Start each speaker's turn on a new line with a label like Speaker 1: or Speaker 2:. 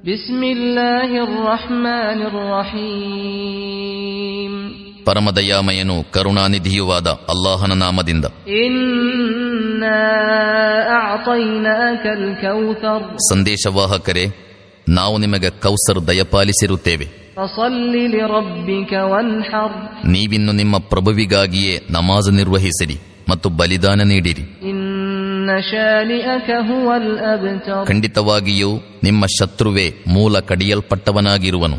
Speaker 1: بسم الله الرحمن الرحيم
Speaker 2: ಪರಮದಯಾಮಯನು ಕರುಣಾನಿಧಿಯುವಾದ ಅಲ್ಲಾಹನ ನಾಮದಿಂದ
Speaker 1: إنا أعطيناك الكوثر
Speaker 2: ಸಂದೇಶವಾಹಕರೇ ನಾವು ನಿಮಗೆ ಕೌಸರ್ ದಯಪಾಲಿಸಿರುತ್ತೇವೆ
Speaker 1: فصل لربك وانحر
Speaker 2: ನೀವಿನ್ನು ನಿಮ್ಮ ಪ್ರಭುವಿಗಾಗಿಯೇ ನಮಾಜ್ ನಿರ್ವಹಿಸಿರಿ ಮತ್ತು ಬಲಿದಾನ ನೀಡಿರಿ
Speaker 1: إن شانئك هو الأبتر
Speaker 2: ಖಂಡಿತವಾಗಿಯೂ ನಿಮ್ಮ ಶತ್ರುವೇ ಮೂಲ ಕಡಿಯಲ್ಪಟ್ಟವನಾಗಿರುವನು